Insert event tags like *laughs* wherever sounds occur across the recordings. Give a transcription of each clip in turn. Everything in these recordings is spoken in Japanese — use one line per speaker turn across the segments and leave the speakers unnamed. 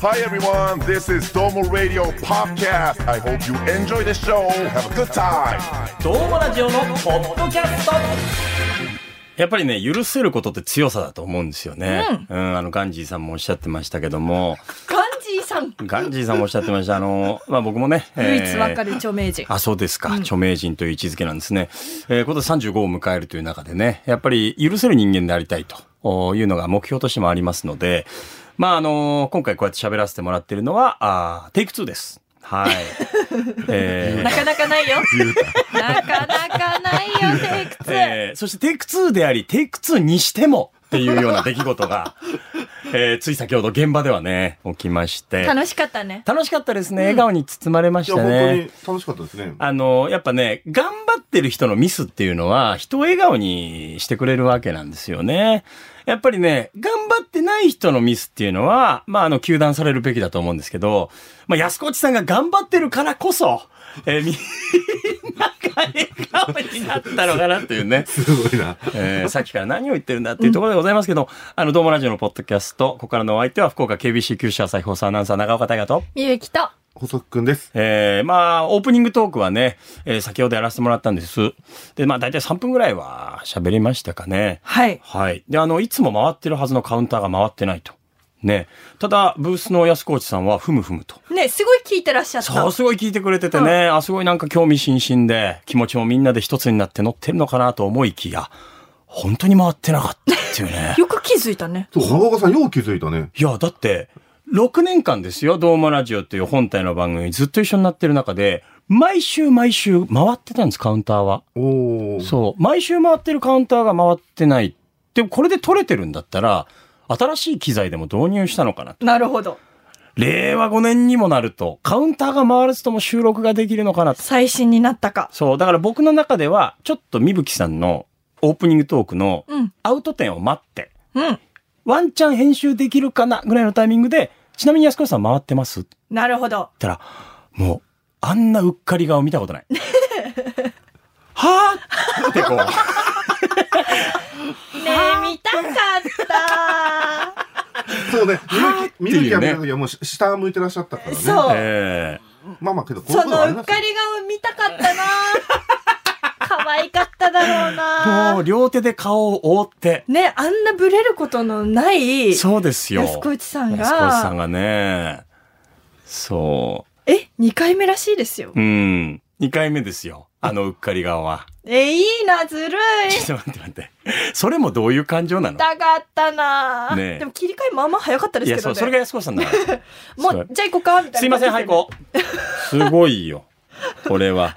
Hi everyone, this is Domo Radio Podcast. I hope you enjoy the show. Have a good time.
どうもラジオのポッドキャストやっぱりね、許せることって強さだと思うんですよね。うん、あの、ガンジーさんもおっしゃってましたけども、
ガンジーさん。
ガンジーさんもおっしゃってました。あの、まあ、僕もね、
唯一わか
えー
る著名人。
あ、そうですか。著名人という位置づけなんですね。えー今年35を迎えるという中でね、やっぱり許せる人間でありたいとおいうのが目標としてもありますので、まあ、あの今回こうやって喋らせてもらってるのは、あーテイク2です。 *laughs* はい。えー
なかな
*laughs*
かないよ。なかなかないよ、テイク2。
えーそしてテイク2であり、テイク2にしてもっていうような出来事が、えーつい先ほど現場ではね、起きまして。
楽しかったね。
楽しかったですね。笑顔に包まれま
い
し
や、
た
本当
ね。
に楽しかったですね。
あの、やっぱね、頑張ってる人のミスっていうのは、人を笑顔にしてくれるわけなんですよね。やっぱりね、頑張ってない人のミスっていうのは、まあ、あの、求断されるべきだと思うんですけど、まあ、安子内さんが頑張ってるからこそ、えーみんなが笑顔になったのかなっていうね。
すごいな。
えーさっきから何を言ってるんだっていうところでございますけど、あの、どうもラジオのポッドキャスト、ここからのお相手は福岡 KBC 九州朝日放送アナウンサー長岡大和と、
みゆきと。
細くんです。
えーまあ、オープニングトークはね、えー先ほどやらせてもらったんです。で、まあ、大体3分ぐらいは喋りましたかね。
はい。
はい。で、あの、いつも回ってるはずのカウンターが回ってないと。ね。ただ、ブースの安河内さんは、ふむふむと。
ね、すごい聞いてらっしゃった。。
そう、すごい聞いてくれててね、あ、すごいなんか興味津々で、気持ちもみんなで一つになって乗ってるのかなと思いきや、本当に回ってなかったっていうね
よく気づいたね。
そう、長岡さん、よう気づいたね。
いや、だって、6年間ですよ、ドーマラジオっていう本体の番組ずっと一緒になってる中で、毎週毎週回ってたんです、カウンターは。
おお。
そう。毎週回ってるカウンターが回ってない。でもこれで取れてるんだったら、新しい機材でも導入したのかなと。
なるほど。
令和5年にもなると、カウンターが回らずとも収録ができるのかなと。
最新になったか。
そう。だから僕の中では、ちょっとみぶきさんのオープニングトークの
うん。
アウト点を待って、
うん。
ワンチャン編集できるかなぐらいのタイミングで、ちなみに安子さん回ってますって
なるほど。
言ったら、もう、あんなうっかり顔見たこと
*laughs*
ない。はぁってこう。
ねえ、見たかった。
そうね。
はーってい
み
うね
ゆき、みゆきは見た時はもうし下向いてらっしゃったから
*laughs* *laughs*
ね。
そう
え
まあまあけど、こうい
そ
うことは
の
あり
う
ま
っ
すよ
かり顔見たかったな。 *laughs* 可愛かっただろう
えもう
な。
両手で顔を覆って。
ね、あんなブレることのない、安
そうですよ。
子内さん
安子内さん
が、
がね。そ
え、2回目らしいですよ
う。。うん。2回目ですよ。あのうっかり顔は。
え、いいな、ずるい。
ちょっと待って待って。それもどういう感情なの
痛かったなあ、
ねえ
でも切り替えまあまあ早かったで
い
す
や、
けど
そう、
ね
それが安子さんだ
*laughs*
から。
も
そう
うじゃあ行こうかみたいな
すいません、はい、こう。すごいよ。これは。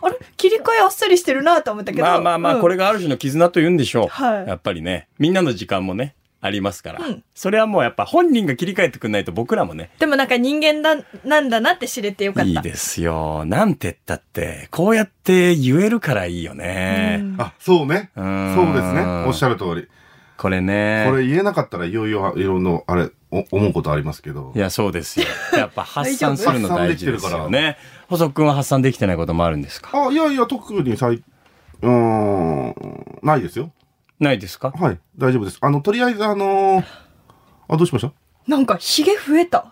あれ切り替えあっさりしてるなと思ったけど
まあまあまあ、
うん
これがある種の絆と言うんでしょう。
はい
やっぱりね、みんなの時間もね、ありますから。
うん
それはもうやっぱ本人が切り替えてくんないと僕らもね、
でもなんか人間だなんだなって知れてよかった
いいですよ。なんて言ったって、こうやって言えるからいいよ
う
ね。
ん
あ、そうね。
う
そ
ん
うですね。おっしゃる通り。
これね。
これ言えなかったらいよいよ、いろんな、あれ、お思うことありますけど
い。や、そうですよ。やっぱ発散するの大事ですよ
発散できて
ね。細くんは発散できてないこともあるんですか
あ、いやいや、特に最、うーん、ないですよ。
ないですか
はい、大丈夫です。あの、とりあえず、あのーあ、どうしました
なんかひげ増
*laughs*
えた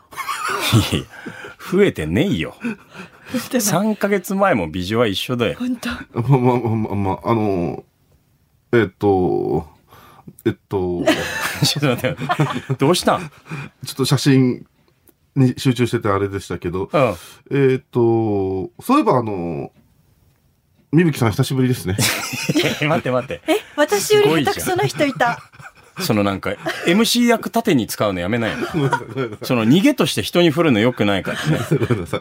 いや増えてねえよ。
でも
3ヶ月前もビジュは一緒だよ。
本当
まあまあまあまあまあ、あのーえっと、えっと、
ちょっと待って待って。どうしたん *laughs* うん。
ちょっと写真に集中しててあれでしたけど、
あ
えっと、そういえばあの、みぶきさん久しぶ
*laughs*
りですね。
待って待って。
え私より下手くそな人い
*laughs*
た
そのなんか、MC 役盾に使うのやめない
*laughs*
よ。その逃げとして人に振るの良くないからね。
ごめんなさい。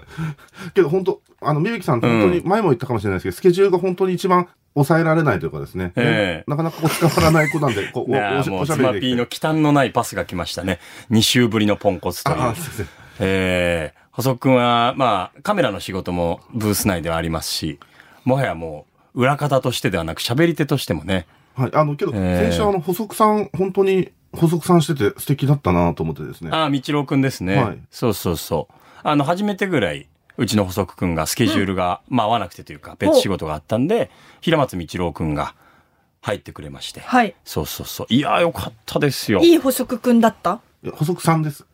けど本当、あの、みぶきさん、本当に前も言ったかもしれないですけど、スケジュールが本当に一番抑えられないというかですね、
ええ
なかなかこう伝わらない子なんで、
*laughs*
こう、
いや
おお
ー
し
も
お
う
しゃ
ス
べ
マ
りで
ピー
きて
の忌憚のないパスが来ましたね。2週ぶりのポンコツという。
ああ、すいません。
ええ細くんは、まあ、カメラの仕事もブース内ではありますし、もはやもう、裏方としてではなく、喋り手としてもね。
はい、あの、けど、
ええ
先週あの、補足さん、本当に補足さんしてて素敵だったなと思ってですね。
ああ、みちろうくんですね。
はい
そうそうそう。あの、初めてぐらい、うちの細くんがスケジュールが、まあ、合わなくてというか、別仕事があったんで、平松みちろうくんが入ってくれまして。
はい
そうそうそう。いやー、よかったですよ。
いい補足くんだった
いや補足さんです。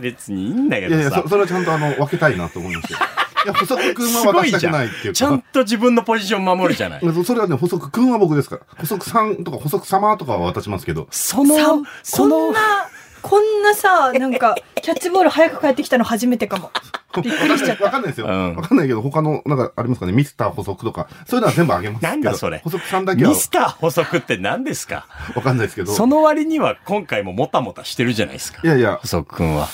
別にいいんだけ
いやいや、
どさ
そ。それはちゃんとあの分けたいなと思いま
*laughs*
すよ。いや、細く君
す
は
ご
渡
い
した
じ
く
ゃ
ない
ん
っていう。
ちゃんと自分のポジション守るじゃない。
そそれはね、細く君は僕ですから。細くさんとか細く様とかは渡します
*laughs*
けど。
そ
さ
の、
こ
そ
ん
の
な、こんなさ、なんか、キャッチボール早く帰ってきたの初めてかも。びっくりしちゃった。
わかんないですよ。
う
わ、
ん
かんないけど、他の、なんかありますかね、ミスター補足とか、そういうのは全部あげますけど。
なんだそれ
補足さんだけは
ミスター補足って何ですか
わかんないですけど。
その割には今回ももたもたしてるじゃないですか
い。やいや
補、足くんは。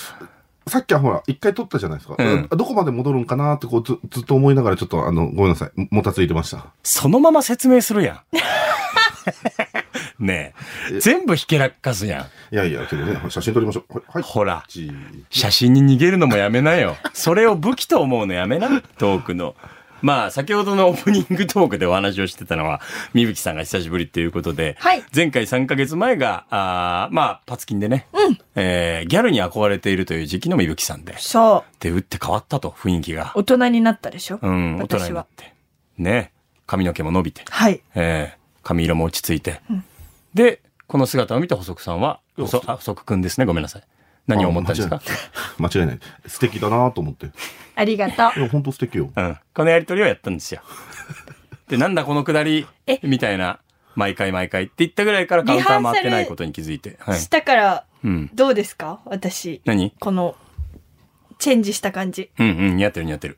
さっきはほら、一回取ったじゃないですか。
うん
どこまで戻るんかなって、こうず、ずっと思いながら、ちょっと、あの、ごめんなさい。ももたついてました。
そのまま説明するや
*laughs*
ん。ねえ。全部ひけらかすやん。
いやいや、けどね、写真撮りましょう。はい。はい、
ほら。
チー
写真に逃げるのもやめなよ。それを武器と思うのやめな、トークの。まあ、先ほどのオープニングトークでお話をしてたのは、みぶきさんが久しぶりということで、
はい
前回3ヶ月前が、あーまあ、パツキンでね、えーギャルに憧れているという時期のみぶきさんで、
そ
で、打って変わったと、雰囲気が
う。。大人になったでしょ
うん、大人
私
になっ
は。
て。ね。髪の毛も伸びて、
はい。
えー髪色も落ち着いて。で、この姿を見た細足さんは、細あ細足くんですね、ごめんなさい。何を思ったんですか
あ間違いない。素敵だなと思って。い
ありがとう。
や、本当素敵よ。
うん。このやりとりをやったん *laughs* ですよ。で、なんだこのくだり
え
みたいな、毎回毎回って言ったぐらいからカウンター回ってないことに気づいて。はい。
したから、
うん。
どうですか私。
何
この、チェンジした感じ。
うんうん、似合ってる似合ってる。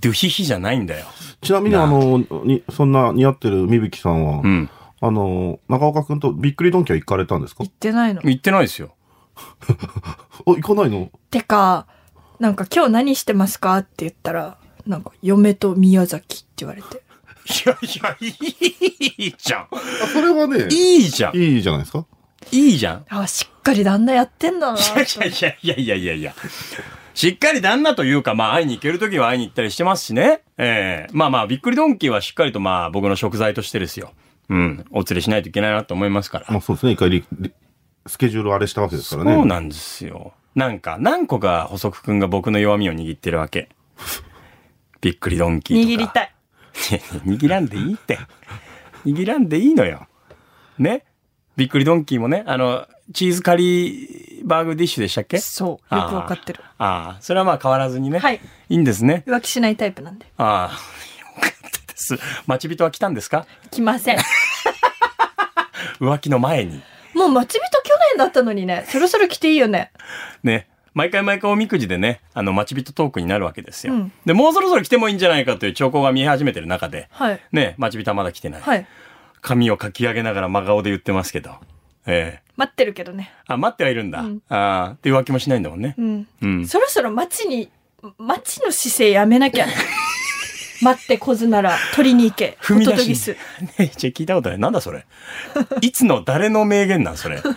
ドゥヒヒじゃないんだよ。
ちなみに、
なあ
あの、に、そんな似合ってるみぶきさんは、
うん。
あの、中岡くんとびっくりドンキは行かれたんですか
言ってないの。
言ってないですよ。
あ、行かないの
てか、なんか今日何してますかって言ったら、なんか嫁と宮崎って言われて。
いやいや、いいじゃん。
あ、それはね、
いいじゃん。い
いいじゃないですか
いじゃん。
あ、しっかり旦那やってんだな。
いやいやいやいやいやいや。しっかり旦那というか、まあ、会いに行けるときは会いに行ったりしてますしね。ええまあまあ、びっくりドンキーはしっかりと、まあ、僕の食材としてですよ。うん。お連れしないといけないなと思いますから。
まあそうですね、一回リリスケジュールをあれしたわけですからね。
そうなんですよ。なんか、何個か補足くんが僕の弱みを握ってるわけ。びっくりドンキーとか。
握りたい。
いや *laughs* 握らんでいいって。握らんでいいのよ。ね。びっくりドンキーもね、あの、チーズカリーバーグディッシュでしたっけ
そう。よく
あー
わかってる。
ああ、それはまあ変わらずにね。。
はいい。
いんですね。
浮気しないタイプなんで。
ああ、よかったです。待ち人は来たんですか
来ません。
浮気の前に。
*laughs* もう待ち人去年だったのにね、そろそろ来ていいよね。
ね。毎回毎回おみくじでね、あの、待ち人トークになるわけですよ。
うん
で、もうそろそろ来てもいいんじゃないかという兆候が見え始めてる中で、
はい。
ね、待ち人はまだ来てない。
はい。
髪をかき上げながら真顔で言ってますけど。ええ
待ってるけどね。
あ、待ってはいるんだ。
うん
ああ、って浮気もしないんだもんね
う。ん。
うん。
そろそろ待ちに、待ちの姿勢やめなきゃ。
*laughs*
待ってこずなら取りに行け。ホ
踏み
ト
出
ト
し。
ギス。
*laughs* ねじゃ聞いたことない。なんだそれ。いつの誰の名言なんそ
*laughs*
れ。そ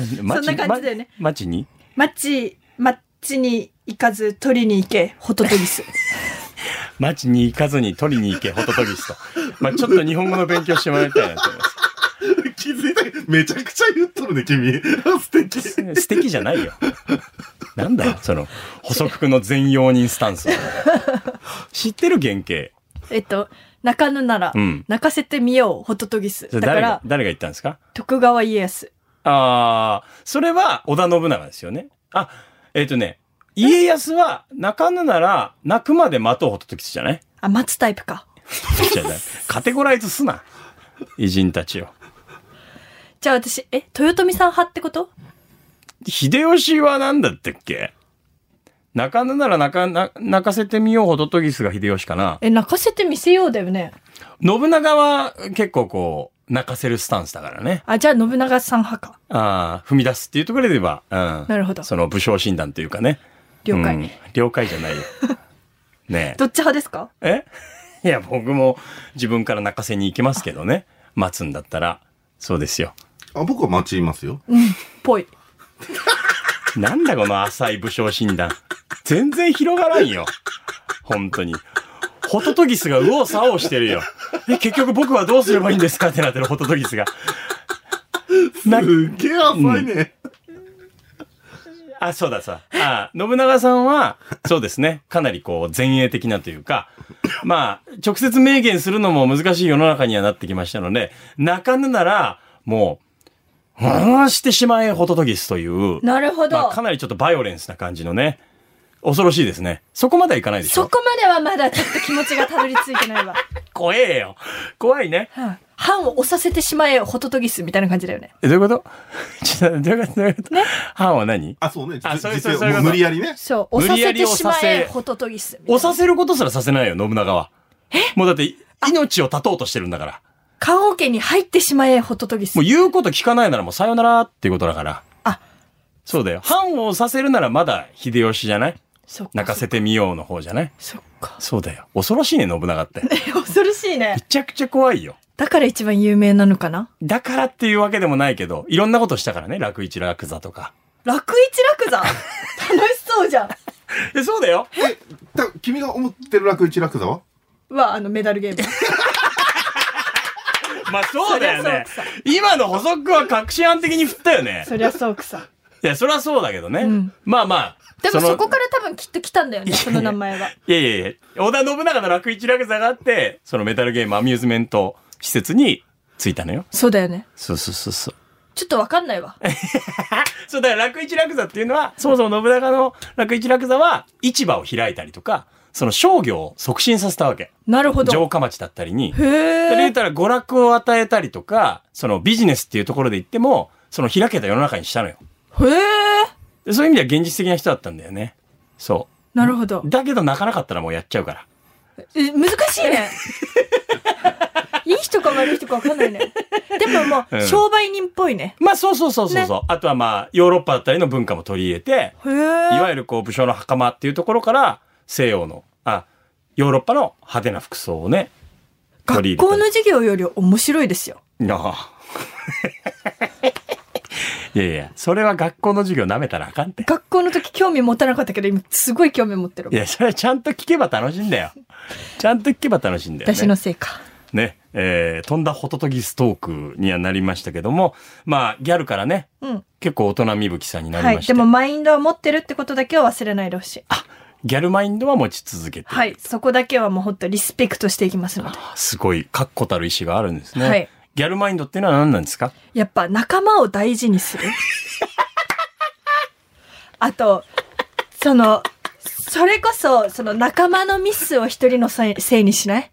ん
そんな感じだよね。
マチに
待ち、待ちに行かず取りに行け。ホトト
*laughs*
ギス。
マチに行かずに取りに行け、ホトトギスと。まあちょっと日本語の勉強してもらいたいなと思いま
*laughs* 気づいためちゃくちゃ言っとるね、君。 *laughs* 素敵。
す。 *laughs* 素敵じゃないよ。なんだよ、その、補足の全容人スタンス。知ってる原型。
えっと、泣かぬなら
うん、
泣かせてみよう。ホトトギス。
それ
だ
誰
か
が
ら、
誰が言ったんですか
徳川家康。
ああ、それは織田信長ですよね。あ、えっ、とね、家康は泣かぬなら泣くまで待とうほとときつじゃない
あ、待つタイプか。
じゃないカテゴライズすな。偉人たちを。
じゃあ私、え、豊臣さん派ってこと
秀吉は何だったっけ泣かぬなら泣かな泣かせてみようほととぎすが秀吉かな。
え、泣かせてみせようだよね。
信長は結構こう、泣かせるスタンスだからね。
あ、じゃあ信長さん派か。
ああ、踏み出すっていうところで言えば、うん。な
るほど
その武将診断というかね。
了解。
うん了解じゃ
*laughs*
ないよ。ねえ
どっち派ですか
えいや、僕も自分から泣かせに行きますけどね。待つんだったら。そうですよ。
あ僕は待ちますよ。
うん、ぽい。
なんだこの浅い武将診断。全然広がらんよ。本当に。ホトトギスが右往左往してるよ。え、結局僕はどうすればいいんですかってなってるホトトギスが。な
すげえ浅いね。
あ、そうださ。あ信長さんは、そうですね。かなりこう、前衛的なというか、まあ、直接明言するのも難しい世の中にはなってきましたので、泣かぬなら、もう、ああしてしまえホトトギスという、
なるほど、
まあ、かなりちょっとバイオレンスな感じのね、恐ろしいですね。そこまではいかないでし
そ
ょ。
こまではまだちょっと気持ちがたどり着いて *laughs* ないわ。
怖えよ。怖いね。
はい判を押させてしまえよ、ホトトギスみたいな感じだよね。
え、どういうこと *laughs* ちょっと、どういうことどういうこと、ハンは何
あ、そうね。
あ
じ
そういう
実際
そういうこと
もう無理やりね。
そう、
無
押さ
理や
せ
り
てしま
押
え、
させ
ホトトギス。
押させることすらさせないよ、信長は。えもうだって、命を絶とうとしてるんだから。
棺桶に入ってしまえ、ホトトギス
もう。言うこと聞かないならもうさよならっていうことだから。
あ、
そうだよ。藩をさせるならまだ秀吉じゃない
そっか。
泣かせてみようの方じゃない
そっか。
そうだよ。恐ろしいね、信長 *laughs* って。め
恐ろしいね。
ちゃくちゃ怖いよ。
だから一番有名なのかな
だからっていうわけでもないけど、いろんなことしたからね、楽一楽座とか。
楽一楽 *laughs* 座楽しそうじゃ
え、そうだよ。
え、た君が思ってる楽一楽座は
ん。は、あの、メダルゲーム。
まあそうだよね
*laughs* そりゃそう。
今の補足は確信犯的に振ったよね。
そりゃそうくさ。
いや、そりゃそうだけどね。
うん
まあまあ。
でも
の
そこから多分きっと来たんだよね、
や
その名前は。
いやいやいや、織田信長の楽一楽座があって、そのメタルゲームアミューズメント施設に着いたのよ。
そうだよね。
そうそうそうそう。
ちょっとわかんないわ。
そうだから楽一楽座っていうのは、そもそも信長の楽一楽座は市場を開いたりとか、その商業を促進させたわけ。
なるほど。
城下町だったりに。
へ
それで言っ
え。
たら娯楽を与えたりとか、そのビジネスっていうところで言っても、その開けた世の中にしたのよ。
へえ。
でそういう意味では現実的な人だったんだよね。そ
なるほ
う。。
ど
だけど泣かなかったらもうやっちゃうから。
え難しい *laughs* ね。いい人か悪い人かわかんないね。でもも
う
う、
ん
商売人っぽいね。
まあそうそうそうそうそう。あとはまあヨーロッパだったりの文化も取り入れて、
へ
い
え。
わゆるこう武将の袴っていうところから西洋の、あ、ヨーロッパの派手な服装をね、取り
学
入れ
校
たり
の授業より面白いですよ。
なあ *laughs* いやいや、それは学校の授業舐めたらあかんって。
学校の時興味持たなかったけど、今すごい興味持ってる
い。や、それはちゃんと聞けば楽しいんだよ。ちゃんと聞けば楽しいんだよ、ね。
私のせいか。
ね、えー、飛んだホトトギストークにはなりましたけども、まあ、ギャルからね、
うん。
結構大人みぶきさんにな
は
り
い。
まして、
でも、マインドは持ってるってことだけは忘れないでほ *laughs* しい。
ギャルマインドは持ち続けて、
はい。そこだけはもうほんとリスペクトしていきますので。
すごい確固たる意志があるんですね。
はい
ギャルマインドっていうのは何なんですか
やっぱ仲間を大事にする。 *laughs* あと、その、それこそ、その仲間のミスを一人のせいせいにしない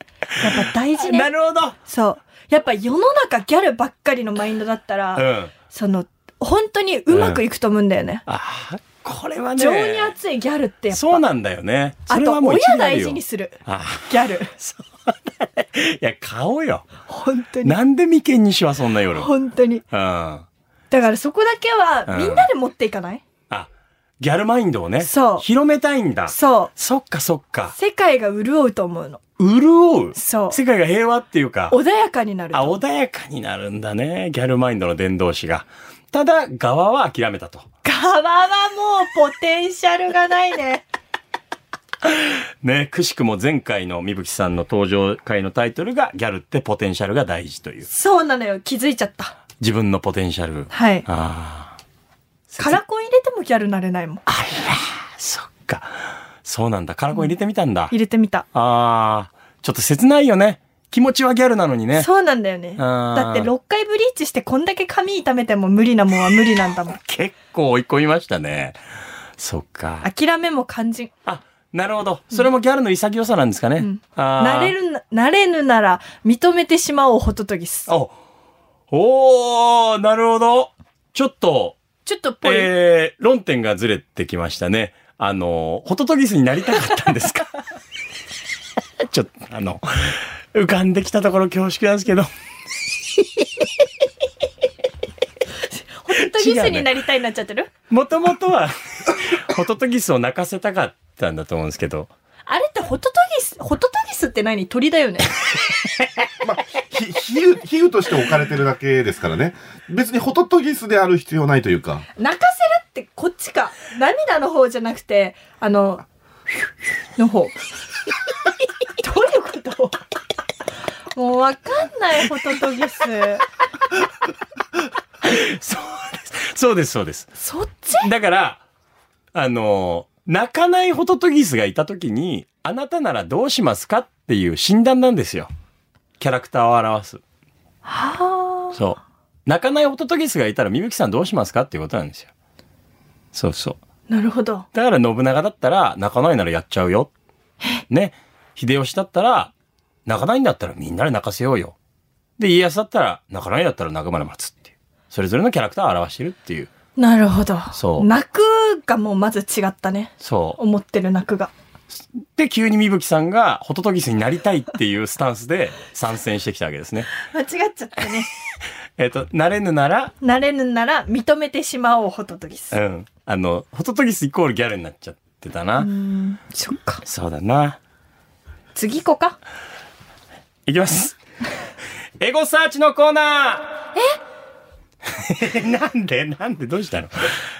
やっぱ大事
な
ね。
るほど
そう。やっぱ世の中ギャルばっかりのマインドだったら、
うん。
その、本当にうまくいくと思うんだよね。
ああ、これはね。
情に熱いギャルってやっぱ。
そうなんだよね。
あ
それ
と
は、もう一
親
理ある
大
よ
事にする。
あ
ギャル。
あいや、顔よ。
本当に。
なんで眉間にしはそんな夜。うん。
本当に。
あ、
だからそこだけは、みんなで持っていかない、
ギャルマインドをね。
そう
広めたいんだ。
そう。
そっかそっか。
世界が潤うと思うの。
潤う。
そう
世界が平和っていうか。
穏やかになる。
あ、穏やかになるんだね。ギャルマインドの伝道師が。ただ、側は諦めたと。
側はもうポテンシャルがないね。
ね、くしくも前回のみぶきさんの登場回のタイトルが、ギャルってポテンシャルが大事という。
*laughs* そうなのよ。気づいちゃった。
自分のポテンシャル。
はい。
あ
カラコン入れてもギャルなれないもん。
あ、そっか。そうなんだ。カラコン入れてみたんだ。
入れてみた。
ああ、ちょっと切ないよね。気持ちはギャルなのにね。
そうなんだよね。
あー
だって6回ブリーチしてこんだけ髪痛めても無理なもんは無理なんだもん。
結構追い込みましたね。そっか。
諦めも肝心。
あ、なるほど。それもギャルの潔さなんですかね。
ん
あ
なれ
る。
るな、なれぬなら認めてしまおうホトトギス。
お、おー、なるほど。ちょっと、
ちょっとぽい。
えー、論点がずれてきましたね。あの、ホトトギスになりたかったんですかちょっと、あの、浮かんできたところ恐縮なんですけど。
ホトトギスになりたいになっちゃってる、
もともとは、ホトトギスを泣かせたかったんだと思うんですけど。
あれってホトトギス、ホトトギスって何鳥だよね。
まあ、ひ、比喩、比喩として置かれてるだけですからね。別にホトトギスである必要ないというか。
泣かせるってこっちか涙の方じゃなくてあのの方どういうこともうわかんないホトトギス
そうです。そうです、そうです。
そっち
だから、あの、泣かないホトトギスがいた時に、あなたならどうしますかっていう診断なんですよ。キャラクターを表す。
はあ
そう。泣かないホトトギスがいたら、みぶきさんどうしますかっていうことなんですよ。そうそう。
なるほど。
だから信長だったら、泣かないならやっちゃうよ。ね。秀吉だったら、泣かないんだったらみんなで泣かせようよ。で、家康だったら、泣かないだったら泣くまで待つっていう。それぞれのキャラクターを表してるっていう。
なるほど。
そう
泣くがもうまず違ったね。
そう。
思ってる泣くが。
で、急にみぶきさんがホトトギスになりたいっていうスタンスで参戦してきたわけですね。
間違っちゃったね。
えっ、と、なれぬなら、
なれぬなら認めてしまおう、ホトトギス
う。ん。あの、ホトトギスイコールギャルになっちゃってたな。
うん、そっか。
そうだな。
次行こうか。
いきます。エゴサーチのコーナーえ *laughs* なんでなんでどうしたの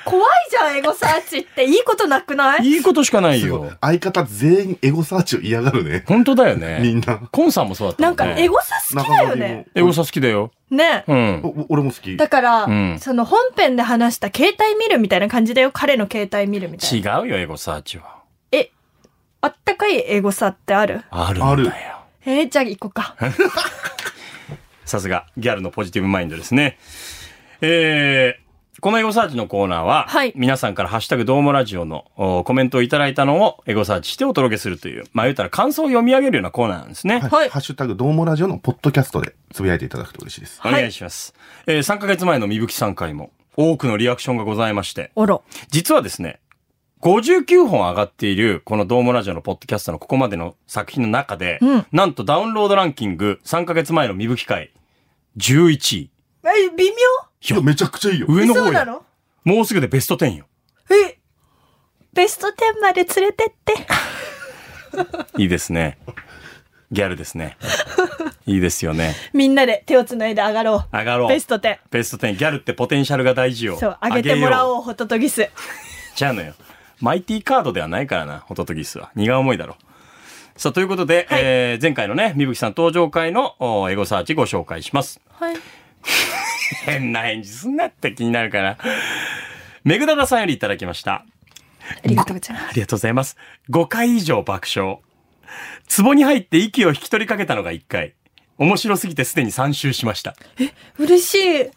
怖いじゃん、エゴサーチって。いいことなくな
*laughs*
い
いいことしかない
す
よ
ごい。相方全員エゴサーチを嫌がるね。
本当だよ
みん
ね。
な。
コンさんもそうだったも
なんん
ね。
か、エゴサ好きだよね。
エゴサ好きだよ。
ね。
うん。
おお俺も好き。
だから、
うん
その本編で話した携帯見るみたいな感じだよ。彼の携帯見るみたい
違
な。
うよ、エゴサーチは。
え、あったかいエゴサってある
あるんだよ。
えー、じゃあ行こうか。
さすが、ギャルのポジティブマインドですね。えー、このエゴサーチのコーナーは、
はい
皆さんからハッシュタグどうもラジオのおコメントをいただいたのをエゴサーチしてお届けするという、まあ言うたら感想を読み上げるようなコーナーなんですね。
はい
ハッシュタグ、どうもラジオのポッドキャストでつぶやいていただくと嬉しいです。
お願いします。えー、3ヶ月前のみぶきさん回も多くのリアクションがございまして、
おろ。
実はですね、59本上がっている、このドームラジオのポッドキャストのここまでの作品の中で、
うん
なんとダウンロードランキング3ヶ月前のみぶき回、11位。
え、微妙
いや、めちゃくちゃいいよ。
上の
そ
方
うな
や。
の
もうすぐでベスト10よ。
え、ベスト10まで連れてって。
いいですね。ギャルです
*laughs*
ね。いいですよね。
みんなで手をつないで上がろう。
上がろう。
ベスト10。
ベスト10。ギャルってポテンシャルが大事よ。
そう、上げてもら
う。
おう、ホトトギス。
じゃあのよ。マイティカードではないからな、ホトトギスは。荷が重いだろ。さあ、ということで、
はい
えー前回のね、みぶきさん登場会のおエゴサーチご紹介します。
はい。
変な返事すんなって気になるから。めぐだださんよりいただきました。
ありがとうございます。
ありがとうございます。5回以上爆笑。壺に入って息を引き取りかけたのが1回。面白すぎてすでに3周しました。
嬉しい。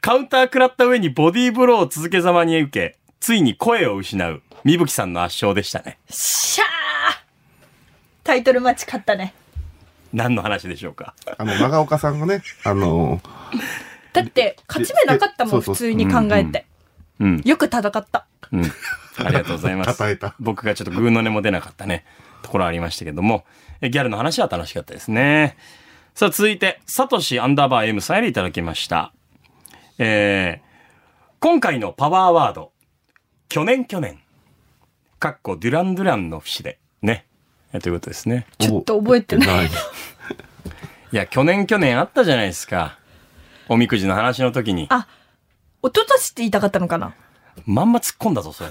カウンター食らった上にボディーブローを続けざまに受け、ついに声を失う、みぶきさんの圧勝でしたね。
しゃータイトルマッチ勝ったね。
何の話でしょうか。
あの、長岡さんがね、あの、
だって、勝ち目なかったもん、
でそうそう
普通に考えて。
うん。
よく戦った。
うん。ありがとうございます。
叩いた
僕がちょっとグーの音も出なかったね、ところありましたけども、えギャルの話は楽しかったですね。さあ、続いて、サトシアンダーバー M さんよりいただきました。えー、今回のパワーワード、去年去年、かっこデュランドゥランの節で、ね。えということですね。
ちょっと覚えてない
い。
いや、去年去年あったじゃないですか。おみくじの話の時に。
あ一昨年って言いたかったのかな
まんま突っ込んだぞ、それ。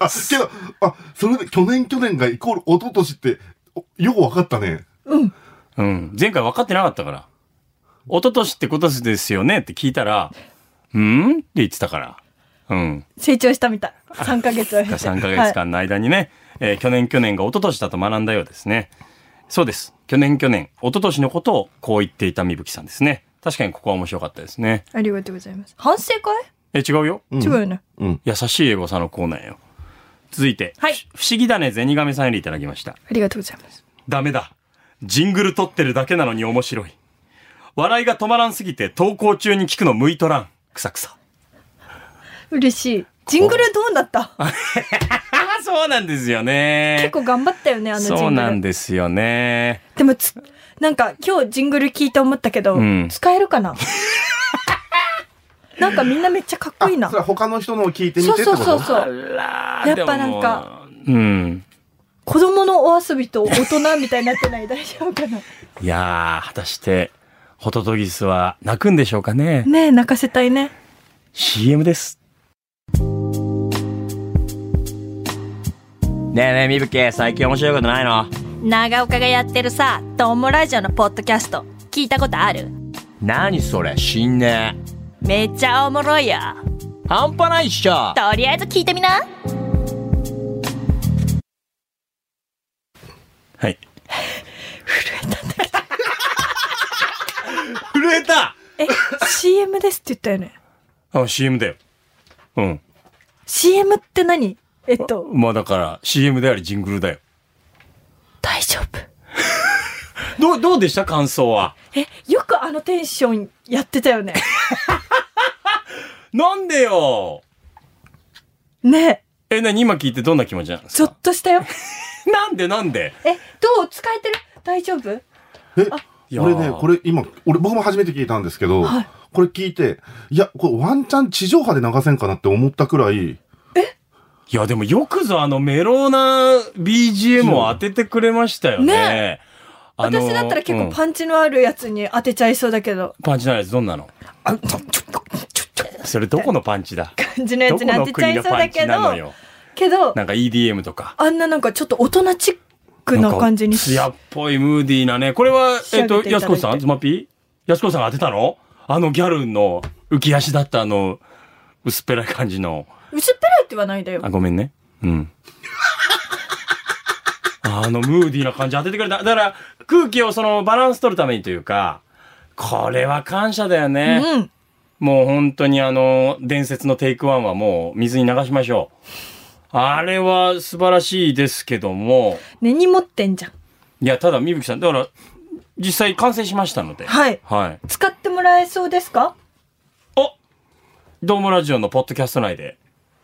あ、けど、あ、それで去年去年がイコール一昨年って、およくわかったね。
うん。前回分かってなかったから。一昨年って今年ですよねって聞いたら、うんって言ってたから。うん。
成長したみたい。3ヶ月を経て。
3ヶ月
はい
間の間にね、えー去年去年が一昨年だと学んだようですね。そうです。去年去年、一昨年のことをこう言っていたみぶきさんですね。確かにここは面白かったですね。
ありがとうございます。反省会、
え、違うよ。
ん
違うよね。
うん。
優しいエゴさのコーナーよ。続いて、
はい
ふし不思議だね、ゼニガメさんよりいただきました。
ありがとうございます。
ダメだ。ジングル撮ってるだけなのに面白い。笑いが止まらんすぎて投稿中に聞くの向いとらん。くさくさ。
嬉しい。ジングルどうなった
ああ、そうなんですよ
結
ね。
構頑張ったよね、あのジングル。
そうなんですよね。
でもつ、なんか今日ジングル聞いて思ったけど、
うん
使えるかななんかみんなめっちゃかっこいいな
そ。れは他の人のを聞いてみて
そう
ってこ
そう
と
そうそう。
ら
やっぱなんか。
でももううん。
子供のお遊びと大人みたいになってない大丈夫かない
やー、果たして、ホトトギスは泣くんでしょうかね。
ねえ、泣かせたいね。
CM です。ねえねえ、みぶけ、最近面白いことないの
長岡がやってるさ、トモラジオのポッドキャスト、聞いたことある
何それ、死んね
めっちゃおもろいよ。
半端ないっしょ
とりあえず聞いてみな。
*laughs* はい。
震
CM ですって言ったよね。
あ、CM だよ。うん。
CM って何えっと、
まあだから、CM でありジングルだよ。
大丈夫。
どう、どうでした感想は。
え、よくあのテンションやってたよね。
なんでよ
*laughs* ね
え、なに今聞いてどんな気持ちなんです
ちょ
か
っとしたよ。
*laughs* なんでなんで
*laughs* え、どう使えてる大丈夫
え
いやー
俺ね、これ今、俺、僕も初めて聞いたんですけど、
はい
これ聞いて、いや、これワンチャン地上波で流せんかなって思ったくらい、
いや、でもよくぞあのメロな BGM を当ててくれましたよね。
ね
あの
私だったら結
う
構
ん
パンチのあるやつに当てちゃいそうだけど。
パンチのやつどんなの
あ、ちょ、ちょ、ちょ、ちょ、ちょ、
それどこのパンチ
*laughs*
だ
感じのや
どこ
つに当
の
てちゃ
国
いそ
の
う
パ
だ
ンチ
け
なの
ど、
よ。
けど、
なんか EDM とか。
あんななんかちょっと大人チック
なん
な
か
感じにし
艶っぽいムーディーなね。これは、
仕
えっ
上げて
と、
いただいて
安子さんズマピー安子さんが当てたのあのギャルの浮き足だったあの、薄っぺらい感じの。
薄っぺらいって言わないだよ
あ、。ごめんね。うん。あの、ムーディーな感じ当ててくれた。だから、空気をそのバランス取るためにというか、これは感謝だよ
う
ね。
ん。
もう本当にあの、伝説のテイクワンはもう水に流しましょう。あれは素晴らしいですけども、
根に持ってんじゃん。
いや、ただ、みぶきさん、だから、実際完成しましたので。
はい
はい。
使ってもらえそうですか
あドームラジオのポッドキャスト内で。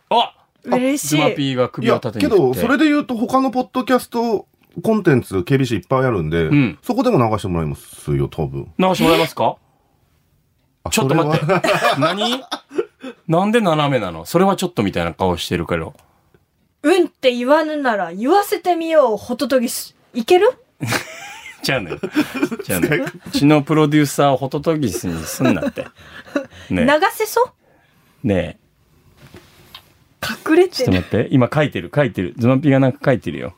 あ
嬉し
ズマ
い。
ピーが
い
首を
や、
立て
け
に振っ
ど、
て
それで言うと他のポッドキャストコンテンツ、KBC いっぱいあるんで、
ん
そこでも流してもらいますよ、多分。
流してもらえます
*laughs*
か
あ
ちょっと待って
それは。 *laughs*
何なんで斜めなのそれはちょっとみたいな顔してるけど。
うんって言わぬなら言わせてみよう、ホトトギス。いける
じゃあね。じゃあね。うちのプロデューサーをホトトギスにすんなって。
流
ね
せそう
え。ねえ。
隠れ
ちょっと
てる。
待って。今書いてる、書いてる。ズマピーがなんか書いてるよ。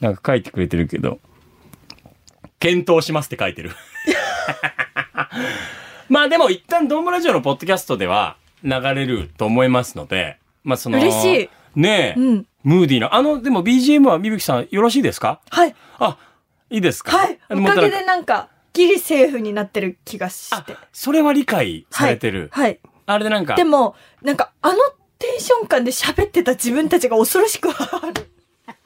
なんか書いてくれてるけど。検討しますって書いてる。 *laughs* まあでも一旦ドームラジオのポッドキャストでは流れると思いますので、まあその。
嬉し
い。ねえ。
うん
ムーディーな。あの、でも BGM はみぶきさんよろしいですか
はい。
あ、いいですか
はい。お
もっ
か
と
げ
なん
でなんか、ギリセーフになってる気がして。
あ、それは理解さ
はい
れてる。
はい。
あれでなんか、
でも、なんか、あのテンション感で喋ってた自分たちが恐ろしくある。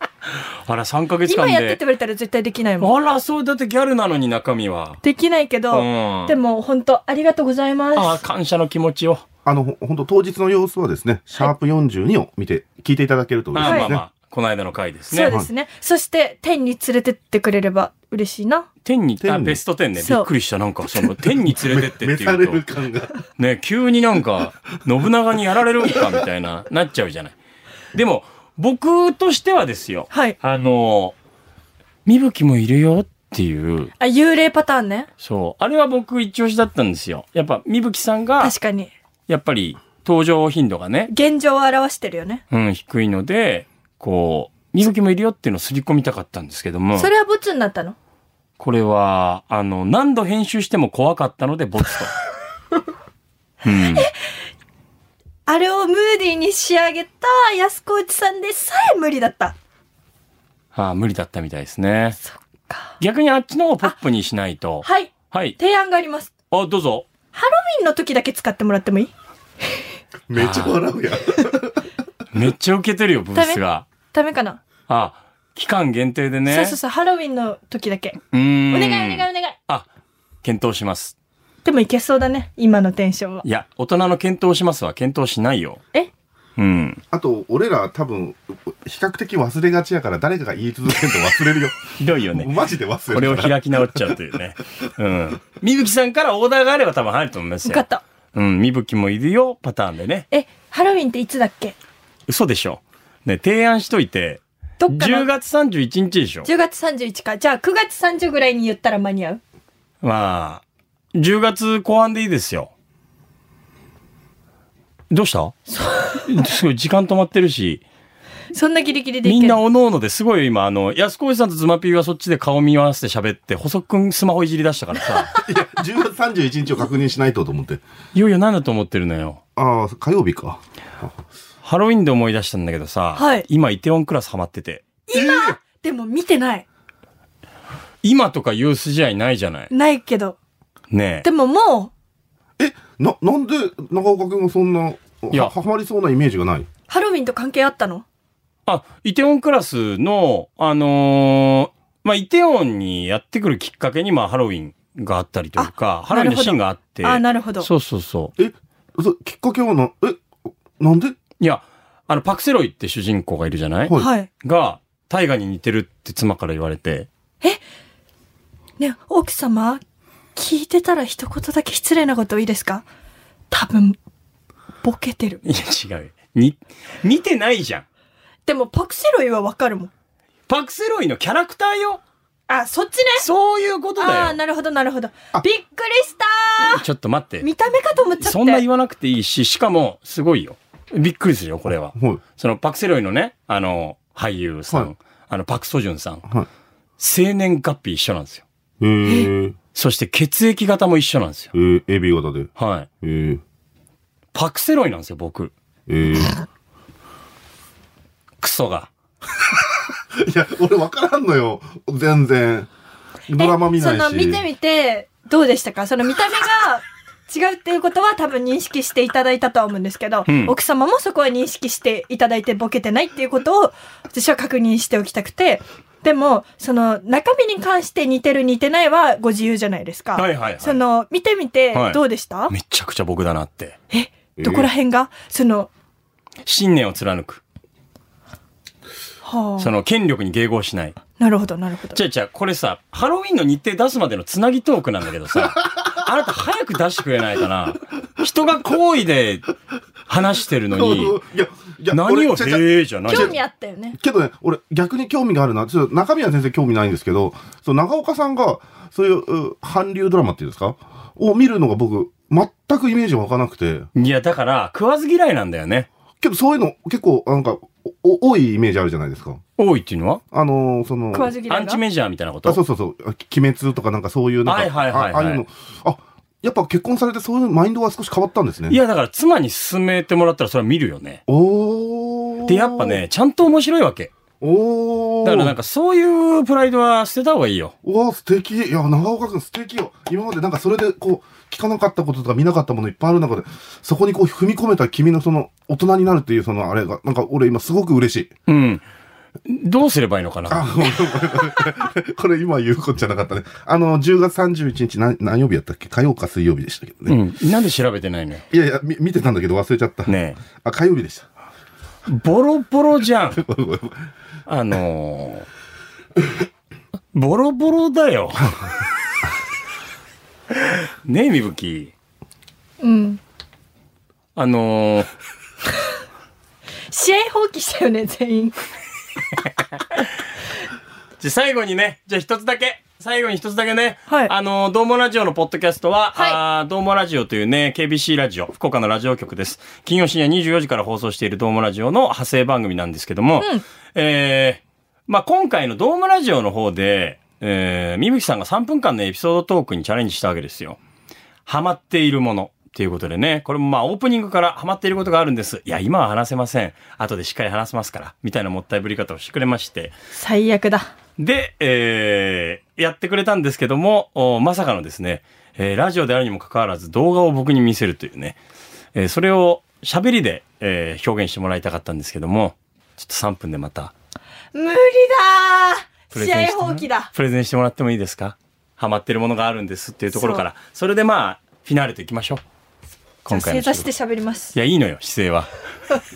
*laughs* あら、3ヶ月間
今
で。
やってって言われたら絶対できないもん。
あら、そう、だってギャルなのに中身は。
できないけど、
うん
でも本当ありがとうございま
*laughs*
す。
あ感謝の気持ちを。
あの、本当当日の様子はですね、シャープ42を見て、聞いていただけると嬉しい
あ
で
ますあ
ね。
まあ、この間の回ですね。
そうですね。そして、天に連れてってくれれば嬉しいな。
天に、
天
あ、
に
ベスト10ね。び
そう
っくりした。なんか、その、天に連れてって
召
って
され
い
る
うと、
感が。
ね、急になんか、信長にやられるんか、みたいな、なっちゃうじゃない。でも、僕としてはですよ。
はい
あの、みぶきもいるよっていう、
あ、幽霊パターンね。
そう。あれは僕一押しだったんですよ。やっぱ、みぶきさんが
確、かに。
やっぱり登場頻度がね、
現状を表してるよね。
うん、低いので、こう、みぶきもいるよっていうのをすり込みたかったんですけども、
それはボツになったの
これは、あの、何度編集しても怖かったので、ボツと。 *laughs* うん、
あれをムーディーに仕上げた安子内さんでさえ無理だった。
あー無理だったみたいですね。
そっか。
逆にあっちの方をポップにしないと。
はい。
はい。
提案があります。
あ、どうぞ。
ハロウィンの時だけ使ってもらってもいい
めっちゃ笑
*laughs*
うやん。
めっちゃ受けてるよ、ブースが。
ダメかな、
あ、期間限定でね。
そうそうそう、ハロウィンの時だけ。
うーん
お願いお願いお願い。
あ、検討します。
でもいけそうだね、今のテンションは。
いや、大人の検討しますは検討しないよ。
え
うん。
あと、俺ら多分、比較的忘れがちやから、誰かが言い続けると忘れるよ。
ひどいよね。
マジで忘
こ
れ
れ
る
を
から。
開き直っちゃうというね。 *laughs* うん。みぶきさんからオーダーがあれば多分入ると思います
よ
よ。
かった。
うん、みぶきもいるよ、パターンでね。
え、ハロウィンっていつだっけ
嘘でしょ。ね、提案しといて、
どっかの
10月31日でしょ。
10月31か。じゃあ9月30ぐらいに言ったら間に合う
まあ、10月後半でいいですよ。どうしたすごい時間止まってるし、
そんなギリギリでい
み
け
ん
る
な。おのおのですごい今、あの、安子さんとズマピーはそっちで顔見合わせて喋って、細くんスマホいじり出したから
*laughs*
さ、
いや、10月31日を確認しないとと思って。
いよいよ何だと思ってるのよ。
ああ、火曜日か。
ハロウィンで思い出したんだけどさ、
はい
今イテウォンクラスハマってて、
今でも見てない。
今とか言う筋合いないじゃない。
ないけど。
ねえ
で。もも
え、な、なんで長岡君がそんな、
いや
ははまりそうなイメージがない
ハロウィンと関係あったの
あ、イテオンクラスの、あのーまあ、イテオンにやってくるきっかけに、まあ、ハロウィンがあったりというか、ハロウィンのシーンがあって。
あなるほど。
そうそうそう。
え、そきっかけはな、え、なんで
いや、あの、パクセロイって主人公がいるじゃない、
はい
はい。
が、大河に似てるって妻から言われて。
ね、奥様、聞いてたら一言だけ失礼なこといいですか多分、ボケてる。
いや、違うよ。に、似てないじゃん。
でも、パクセロイはわかるもん。
パクセロイのキャラクターよ。
あ、そっちね。
そういうこと
あ
だ
あー、
よ。
なるほど、なるほど。びっくりした
ちょっと待っ
ー
て。
見た目かと思っちゃって。
そんな言わなくていいし、しかも、すごいよ。びっくりするよ、これは。
はい。
そのパクセロイのね、あの、俳優さん、
はい
あの、パクソジュンさん、
はい。
生年月日一緒なんですよ。
えー、
そして血液型も一緒なんですよ
え。ー、AB 型で。
はい。
えー、
パクセロイなんですよ、僕。*laughs*
えー。い
クソが。
や、俺わからんのよ。全然。ドラマ見ないし。
えその見てみて、どうでしたかその見た目が違うっていうことは多分認識していただいたとは思うんですけど、
うん
奥様もそこは認識していただいてボケてないっていうことを私は確認しておきたくて、でも、その中身に関して似てる似てないはご自由じゃないですか。
はいはいはい
その見てみて
はい
どうでした、
めちゃくちゃ僕だなって。
え、どこら辺がその、
信念を貫く。
は
そ
あ、
の権力に迎合しない。
なるほどなるほど。
ちゃちゃ、これさ、ハロウィンの日程出すまでのつなぎトークなんだけど
*laughs*
さ、あなた早く出してくれないかな。人が好意で話してるの
そう
に、
いや、いや、
何を
俺ちゃちゃ
へえじゃない
興味あったよね。
けどね、俺逆に興味があるな。ちょっと中身は全然興味ないんですけど、その長岡さんが、そういうう韓流ドラマっていうんですかを見るのが僕、全くイメージ湧かなくて。
いや、だから、食わず嫌いなんだよね。
けどそういうの結構、なんか、お多いイメージあるじゃないですか。
多いっていうのは
あのーその、
食わず嫌いが
アンチメジャーみたいなこと
あそうそうそう、あ鬼滅とかなんかそういうなんか、
はいはいはいはい
あああいうの。あ、やっぱ結婚されてそういうマインドは少し変わったんですね。
いや、だから妻に勧めてもらったらそれは見るよね。
おー。
で、やっぱね、ちゃんと面白いわけ。
おー。
だからなんかそういうプライドは捨てた方がいいよ。
うわ、素敵。いや、長岡くん素敵よ。今までなんかそれでこう、聞かなかったこととか見なかったものいっぱいある中で、そこにこう踏み込めた君のその、大人になるっていうそのあれが、なんか俺今すごく嬉しい。
うん。どうすればいいのかな
あ、ごめんごめんこ *laughs* れ今言うことじゃなかったね。あの、10月31日何何曜日やったっけ火曜か水曜日でしたけど
う
ね。
ん。なんで調べてないのよ。
いやいや、み見てたんだけど忘れちゃった。
ね
あ、火曜日でした。
えボロボロじゃ
*laughs*
ん。あのーボロボロだ
*laughs*
よ。ねえ、みぶき。
うん。
あのー
試合放棄したよね、全員。
じゃあ最後にね、じゃあ一つだけ。最後に一つだけね。
はい
あの、どうもラジオのポッドキャストは、
はい
あーどうもラジオというね、KBC ラジオ、福岡のラジオ局です。金曜深夜24時から放送しているどうもラジオの派生番組なんですけども、
うん
えー、まあ、今回のどうもラジオの方で、えー、みぶきさんが3分間のエピソードトークにチャレンジしたわけですよ。ハマっているもの。っていうことでね、これもまあオープニングからハマっていることがあるんです。いや、今は話せません。後でしっかり話せますから。みたいなもったいぶり方をしてくれまして。
最悪だ。
で、えーやってくれたんですけども、おまさかのですね、えーラジオであるにもかかわらず動画を僕に見せるというね、えーそれを喋りで、えー表現してもらいたかったんですけども、ちょっと3分でまた
無理だ
プ
ー
レ
試
ゼン
合
しても
放棄だ
プレゼンしてもらってもいいですかハマってるものがあるんですっていうところから、それでまあ、フィナーレといきましょう。
じゃ
今
あ
回の
正
仕事
座して喋ります
いや、いいのよ、姿勢は。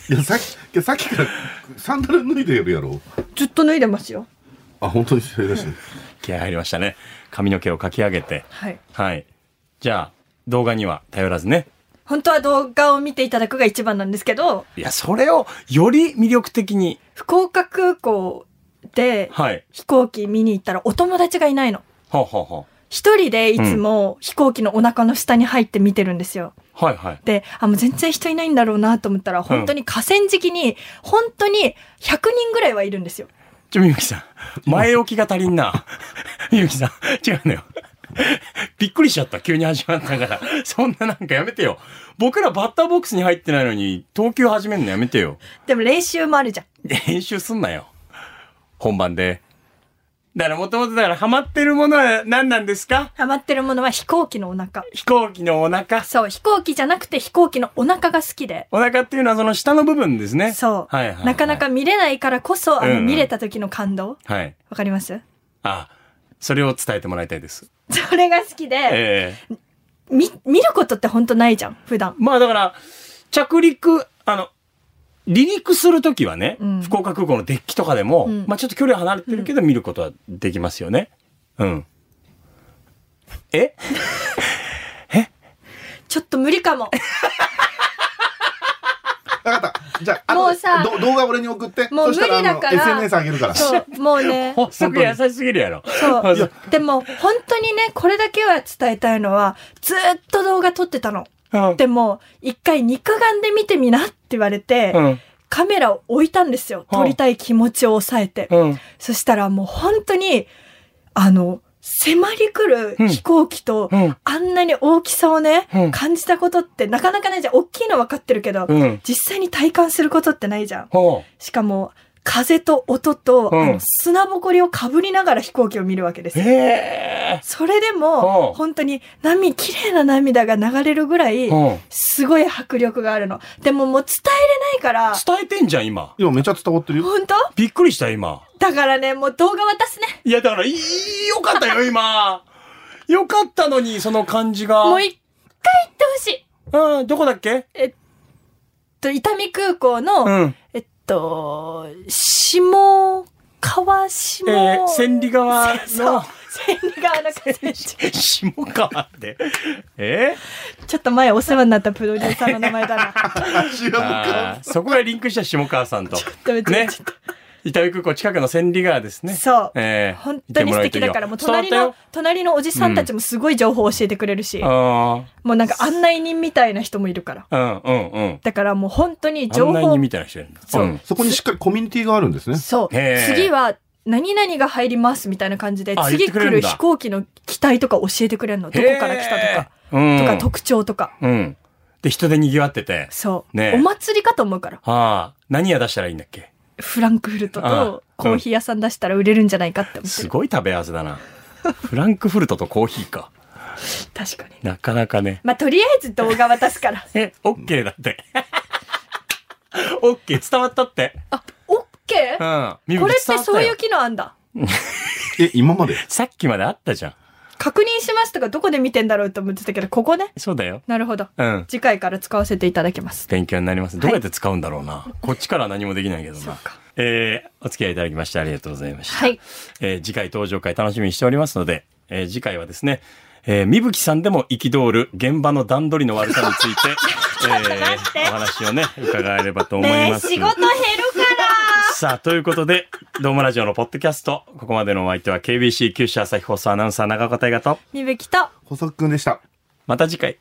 いや、さっき、さっきからサンダル脱いでやるやろ。
ずっと脱いでますよ
あ、本当に失礼だし。
気合入りましたね。髪の毛をかき上げて。
はい
はい。じゃあ、動画には頼らずね。
本当は動画を見ていただくが一番なんですけど
いや、それをより魅力的に。
福岡空港で
はい。
飛行機見に行ったらお友達がいないの
ほうほうほ
一人でいつも飛行機のお腹の下に入って見てるんですよ。
う。はいはい。
で、あ、もう全然人いないんだろうなと思ったら、本当に河川敷に、本当に100人ぐらいはいるんですよ。
ちょ、みゆきさん。前置きが足りん *laughs* な。みゆきさん。違うのよ。びっくりしちゃった。急に始まったから。そんななんかやめてよ。僕らバッターボックスに入ってないのに、投球始めるのやめてよ。
でも練習もあるじゃん。
練習すんなよ。本番で。だからもともとだからハマってるものは何なんですか
ハマってるものは飛行機のお腹。
飛行機のお腹。
そう、飛行機じゃなくて飛行機のお腹が好きで。
お腹っていうのはその下の部分ですね。
*laughs* そう、
はいはいはい
なかなか。見れないからこそ、あ
うんう
の、
ん
見れた時の感動。わ、
はい。
かります *laughs*
あ、それを伝えてもらいたいです。
それが好きで、
ええ
み、見ることって本当ないじゃん、普段。
まあだから、着陸、あの、離陸するときはね、
うん
福岡空港のデッキとかでも、
うん
まあちょっと距離は離れてるけど見ることはできますよね。うん。え
ちょっと無理
*laughs*
かも。
わかった。じゃあ、あの
もうさ
ど動画俺に送って。
もう
そしたら
無理だ
あの
から
SNS あげるから。
そう、もう
*laughs*
ね。
本当に優しすぎるやろ。
そう
いや。
でも、本当にね、これだけは伝えたいのは、ずーっと動画撮ってたの。
うん
でも、一回肉眼で見てみなって言われて、
うん。
カメラを置いたんですよ。
うん
撮りたい気持ちを抑えて。
うん。
そしたらもう本当に、あの、迫り来
うん
る飛行機と、
うん
あんなに大きさをね、
うん
感じたことってなかなかないじゃん。大きいの分かってるけど、
うん。
実際に体感することってないじゃん。
ほ
しかも、風と音と、
うん
あの砂ぼこりをかぶりながら飛行機を見るわけで
う。
すよ。
ええ
それで
うん
も、本当に、波、綺麗な涙が流れるぐらい、
うん。
すごい迫力があるの。でももう伝えれないから、
伝えてんじゃん、今。
今めちゃ伝わって
*laughs*
るよ。
本当
びっくりした、今。
だからね、もう動画渡すね。
いや、だから、いい、よかったよ、今。よかったのに、その感じが。
もう一回行ってほしい。
うん、どこだっけ
と、伊丹空港の、
うん。
えっと、下川下、
えー、千里川
そう
の、
千里川の風ち
下川って。え
ょっと前お世話になったプロデューサーの名前だ
*laughs*
な。
知らん
あーそこがリンクした下川さんと。
ちょっと
ね
ちょっと。
伊丹空港近くの千里川ですね。
そう
えー
本当に素敵だから、もう隣の、隣のおじさんたちもすごい情報を教えてくれるし、
あ
もうなんか案内人みたいな人もいるから。
あー、うん、うん、うん。
だからもう本当に情
案内
報
人、みたいな人やるんだ。
そう
うん
そこにしっかりコミュニティがあるんですね。
そう、
へー
次は何々が入りますみたいな感じで
あ、言っ
次
てくれ
来
るん
る
だ
飛行機の機体とか教えてくれるの。どこから来たとか、
へー
と
う
か
ん
特徴とか。
うん。で、人で賑わってて。
そう。
ねえ
お祭りかと思うから。
ああ、何屋出したらいいんだっけ
フランクフルト
ああ
とコーヒー屋さん出したら売れるんじゃないかって思って
す
る。
ごい食べ合わせだな。フランクフルトとコーヒーか。
確かに。
なかなかね。
まあ、とりあえず動画渡す
*laughs*
から。
え、オッケーだって。オッケー伝わったって。
あ、オッケ
う
ー
ん。身
こ
分伝
れって
わた
そういう
よ
機能あんだ。
え、今まで
さっきまであったじゃん。
確認しますとかどこで見てんだろうと思ってたけど、ここね。
そうだよ。
なるほど。
うん。
次回から使わせていただきます。
勉強になります。どうやって使うんだろうな。こっちからは何もできないけどな。えーお付き合いいただきましてありがとうございました。
はい。
えー次回登場会楽しみにしておりますので、えー次回はですね、えー、みぶきさんでも憤る現場の段取りの悪さについて、え
*laughs*
ーお話をね、伺えればと思い
ねえ、
ます。
仕事減るから
*laughs* さあ、ということで、ドームラジオのポッドキャスト、ここまでのお相手は KBC 九州朝日放送アナウンサー長岡大和と、
みぶきと
細木くんでした。
また次回。